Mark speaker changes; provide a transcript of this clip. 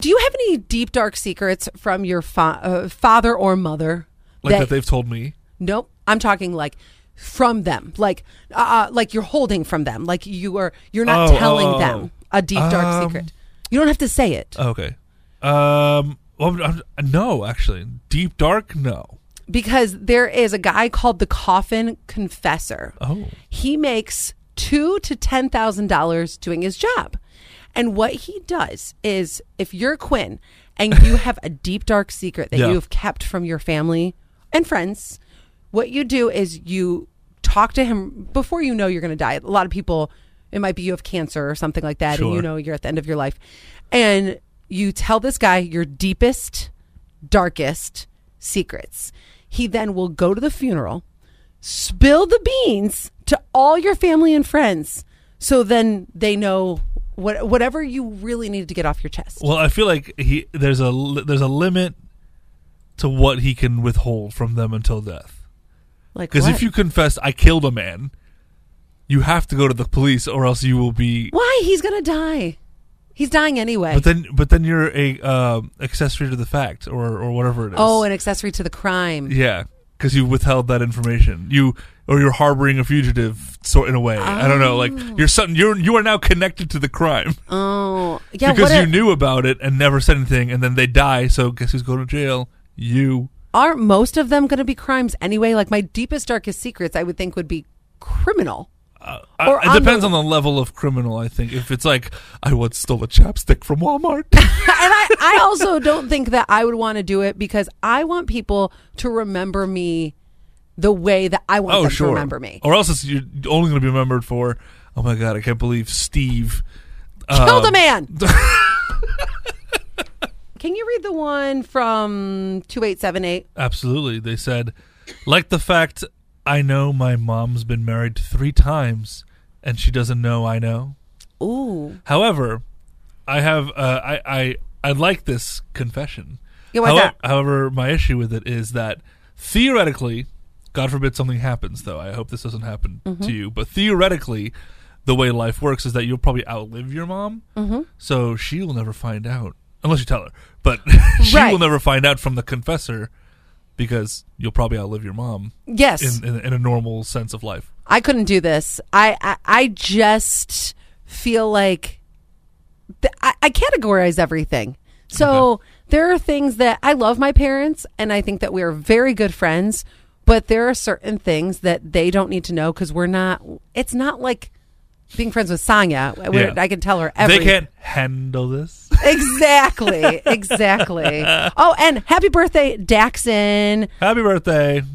Speaker 1: Do you have any deep dark secrets from your fa- uh, father or mother?
Speaker 2: Like that, they've told me.
Speaker 1: Nope. I'm talking like from them, like uh, uh, like you're holding from them, like you are you're not
Speaker 2: Oh,
Speaker 1: telling
Speaker 2: oh,
Speaker 1: them a deep dark
Speaker 2: Um,
Speaker 1: secret. You don't have to say it
Speaker 2: Okay. Um. Well, I'm- no, actually, deep dark. No.
Speaker 1: because there is a guy called the Coffin Confessor.
Speaker 2: Oh.
Speaker 1: He makes two to ten thousand dollars doing his job, and what he does is if you're Quinn and you have a deep dark secret that
Speaker 2: Yeah.
Speaker 1: you've kept from your family and friends, what you do is you talk to him before you know you're going to die. A lot of people, it might be you have cancer or something like that, and you
Speaker 2: Sure.
Speaker 1: know you're at the end of your life, and you tell this guy your deepest, darkest secrets. He then will go to the funeral spill the beans to all your family and friends so then they know what whatever you really needed to get off your chest.
Speaker 2: Well, I feel like he there's a li- there's a limit to what he can withhold from them until death.
Speaker 1: Like
Speaker 2: Because
Speaker 1: what?
Speaker 2: if you confess, I killed a man, you have to go to the police, or else you will be.
Speaker 1: Why he's going to die. He's dying anyway.
Speaker 2: But then, but then you're a um accessory to the fact, or or whatever it is.
Speaker 1: oh, an accessory to the crime.
Speaker 2: yeah, because you withheld that information. You or you're harboring a fugitive, sort in a way. I don't know. Like you're something. You're you are now connected to the crime
Speaker 1: Oh. Yeah,
Speaker 2: because
Speaker 1: what
Speaker 2: you
Speaker 1: a-
Speaker 2: knew about it and never said anything, and then they die. So guess who's going to jail? You.
Speaker 1: aren't most of them going to be crimes anyway? Like my deepest darkest secrets I would think would be criminal.
Speaker 2: Uh, I-
Speaker 1: Or
Speaker 2: it
Speaker 1: on
Speaker 2: depends
Speaker 1: the-
Speaker 2: on the level of criminal, I think. If it's like, I once stole a chapstick from Walmart.
Speaker 1: and I, I also don't think that I would want to do it because I want people to remember me the way that I want
Speaker 2: oh,
Speaker 1: them
Speaker 2: sure.
Speaker 1: to remember me.
Speaker 2: Or else it's, you're only going to be remembered for, oh my God, I can't believe Steve.
Speaker 1: Killed a
Speaker 2: um,
Speaker 1: man. Can you read the one from 2878?
Speaker 2: Absolutely. They said, like the fact I know my mom's been married three times and she doesn't know I know.
Speaker 1: Ooh.
Speaker 2: However, I have, uh, I, I, I like this confession.
Speaker 1: Yeah, why's
Speaker 2: Howe-
Speaker 1: that?
Speaker 2: However, my issue with it is that theoretically, God forbid something happens, though. I hope this doesn't happen to you. But theoretically, the way life works is that you'll probably outlive your mom. Mm-hmm. So she will never find out, unless you tell her. But she
Speaker 1: Right.
Speaker 2: will never find out from the confessor because you'll probably outlive your mom
Speaker 1: Yes.
Speaker 2: in, in, in a normal sense of life.
Speaker 1: I couldn't do this. I, I, I just feel like th- I, I categorize everything. So there are things that I love my parents, and I think that we are very good friends, but there are certain things that they don't need to know because we're not, it's not like being friends with Sonya. where
Speaker 2: Yeah.
Speaker 1: I can tell her everything.
Speaker 2: They can't handle this.
Speaker 1: Exactly. Exactly. oh, and happy birthday, Daxon.
Speaker 2: Happy birthday.